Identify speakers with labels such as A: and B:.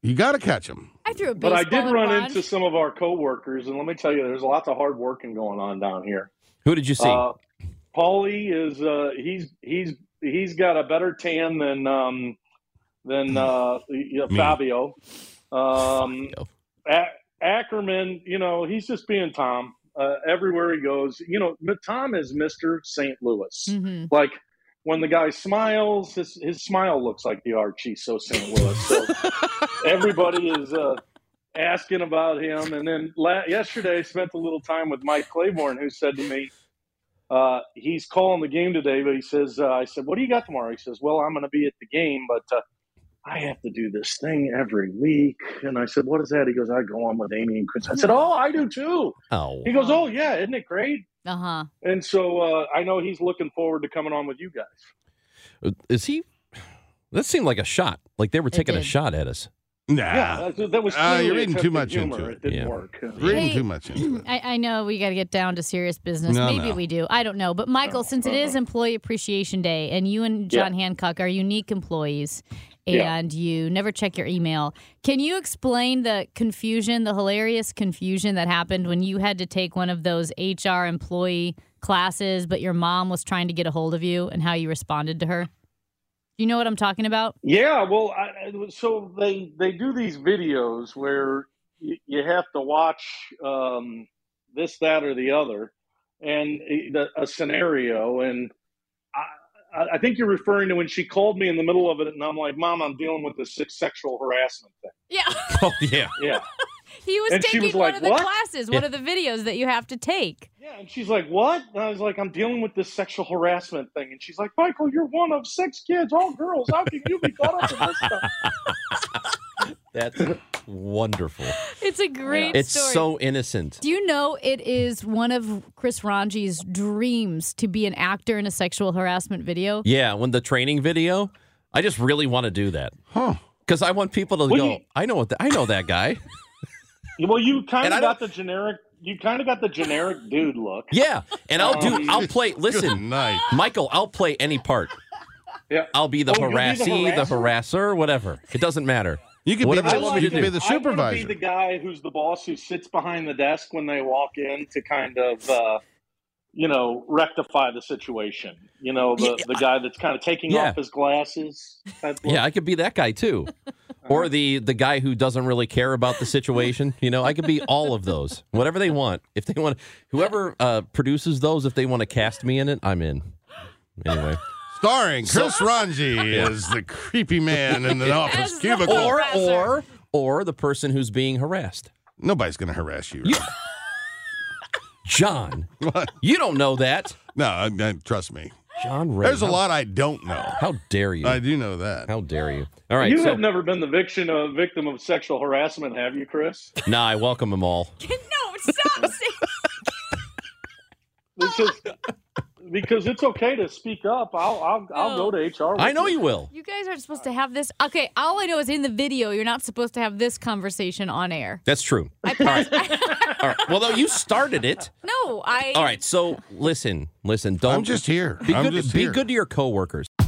A: You got to catch him.
B: I threw a
C: But
B: baseball.
C: I did
B: at
C: run
B: Ron.
C: into some of our coworkers, and let me tell you, there's lots of hard working going on down here.
D: Who did you see?
C: Uh, Paulie is uh, he's he's he's got a better tan than um, than uh, yeah,
A: Me.
C: Fabio. Um, A- Ackerman, you know, he's just being Tom uh, everywhere he goes. You know, but Tom is Mister St. Louis.
B: Mhm.
C: Like when the guy smiles, his his smile looks like the Archie. So St. Louis. So everybody is uh, asking about him. And then la- yesterday, I spent a little time with Mike Claiborne, who said to me, uh, he's calling the game today, but he says, uh, I said, what do you got tomorrow? He says, well, I'm going to be at the game, but uh, I have to do this thing every week. And I said, what is that? He goes, I go on with Amy and Chris. I said, oh, I do too.
D: oh,
C: He goes, oh, yeah, isn't it great?
B: Uh-huh.
C: And so uh, I know he's looking forward to coming on with you guys.
D: is he? That seemed like a shot. Like they were taking a
B: did.
D: shot at us.
A: Nah.
C: Yeah, that, that was
A: Ah, you're
C: clearly
A: reading too
C: attempted
A: much
C: humor.
A: into it.
C: It didn't
D: Yeah.
C: work.
A: Reading
B: Hey,
A: too much into it.
B: I, I know we got to get down to serious business.
A: No,
B: Maybe
A: no.
B: we do. I don't know. But Michael,
C: No,
B: since it
C: no,
B: is
C: no.
B: Employee Appreciation Day, and you and
C: Uh-huh. Yeah.
B: John Hancock are unique employees,
C: Yeah.
B: and you never check your email, can you explain the confusion, the hilarious confusion that happened when you had to take one of those HR employee classes, but your mom was trying to get a hold of you, and how you responded to her? You know what I'm talking about?
C: Yeah, well, I, I- so they they do these videos where you, you have to watch um, this, that, or the other, and a- the- a scenario. And I, I- I think you're referring to when she called me in the middle of it, and I'm like, "Mom, I'm dealing with this se- sexual harassment thing."
B: Yeah.
D: Oh yeah.
C: Yeah,
B: He was
C: And she
B: taking
C: was
B: one
C: like,
B: of the
C: "What?"
B: classes, one of the videos that you have to take.
C: yeah. And she's like, "What?" And I was like, "I'm dealing with this sexual harassment thing." And she's like, "Michael, you're one of six kids, all girls. How can you be caught up in this stuff?"
D: That's wonderful.
B: It's a great
D: It's
B: story.
D: so innocent.
B: Do you know it is one of Chris Ranji's dreams to be an actor in a sexual harassment video?
D: Yeah, when the training video, I just really want to do that
A: Huh.
D: because I want people to
C: Well,
D: go.
C: you-
D: I know what th- I know that guy.
C: Well, you kind
D: And I
C: of got the generic. You kind of got the generic dude look.
D: Yeah, and I'll do.
C: Oh.
D: I'll play.
A: Good
D: Listen,
A: night.
D: Michael, I'll play any part.
C: Yeah.
D: I'll be the
C: Oh, you'll be the
D: harassee, the harasser, whatever. It doesn't matter.
A: You could be
D: Whatever
A: the,
D: I want
A: you
D: to
A: could
D: do.
A: be the
C: I want to
A: supervisor.
C: be the guy who's the boss who sits behind the desk when they walk in to kind of, uh, you know, rectify the situation. You know, the,
D: Yeah,
C: the guy that's kind of taking
D: Yeah.
C: off his glasses. type look.
D: Yeah, I could be that guy too. Or the the guy who doesn't really care about the situation, you know. I could be all of those, whatever they want. If they want, whoever uh, produces those, if they want to cast me in it, I'm in. Anyway,
A: Starring Chris Ranji as the creepy man in the
B: As
A: office
B: the
A: cubicle.
D: or
B: Harasser.
D: or or the person who's being harassed.
A: Nobody's going to harass you. Rob.
D: John,
A: What?
D: you don't know that.
A: No, I, I, trust me.
D: John Ray.
A: There's a
D: how-
A: lot I don't know.
D: How dare you?
A: I do know that.
D: How dare you? All right.
C: you
D: so,
C: have never been the victim of victim of sexual harassment, have you, Chris?
D: nah, I welcome them all.
B: no, stop.
C: Because because it's okay to speak up. I'll I'll, I'll
B: No.
C: go to HR. with
D: I know you will.
B: you guys aren't supposed to have this. Okay, all I know is in the video, you're not supposed to have this conversation on air.
D: That's true. all right. All right. Well, though you started it.
B: No, I.
D: All right. So listen, listen. Don't
A: I'm just here.
D: be
A: I'm
D: good.
A: just
D: be
A: here.
D: good to your coworkers.